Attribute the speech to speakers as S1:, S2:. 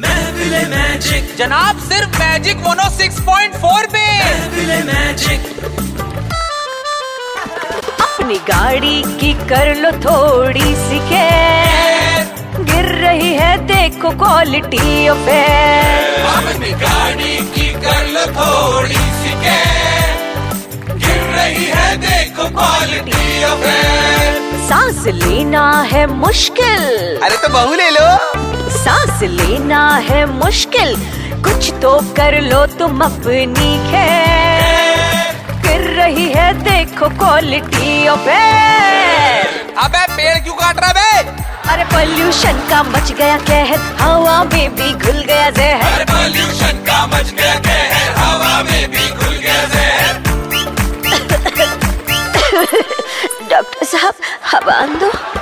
S1: महफिले magic
S2: जनाब सिर्फ magic mono 6.4 पे
S1: महफिले मैजिक
S3: अपनी गाड़ी की कर लो थोड़ी सी care। गिर रही है देखो क्वालिटी ऑफ एयर
S1: अपनी गाड़ी की कर लो थोड़ी सी care। गिर रही है देखो क्वालिटी ऑफ
S3: सांस लेना है मुश्किल
S2: अरे तो बहू ले लो
S3: सांस लेना है मुश्किल कुछ तो कर लो तुम अपनी खैर गिर रही है देखो क्वालिटी ऑफ एयर
S2: अबे पेड़ क्यों काट रहा है बे
S3: अरे पोल्यूशन का मच गया कहर हवा में भी घुल गया जहर
S1: पॉल्यूशन का मच गया कहर हवा में भी घुल गया जहर
S3: डॉक्टर साहब हवा आन दो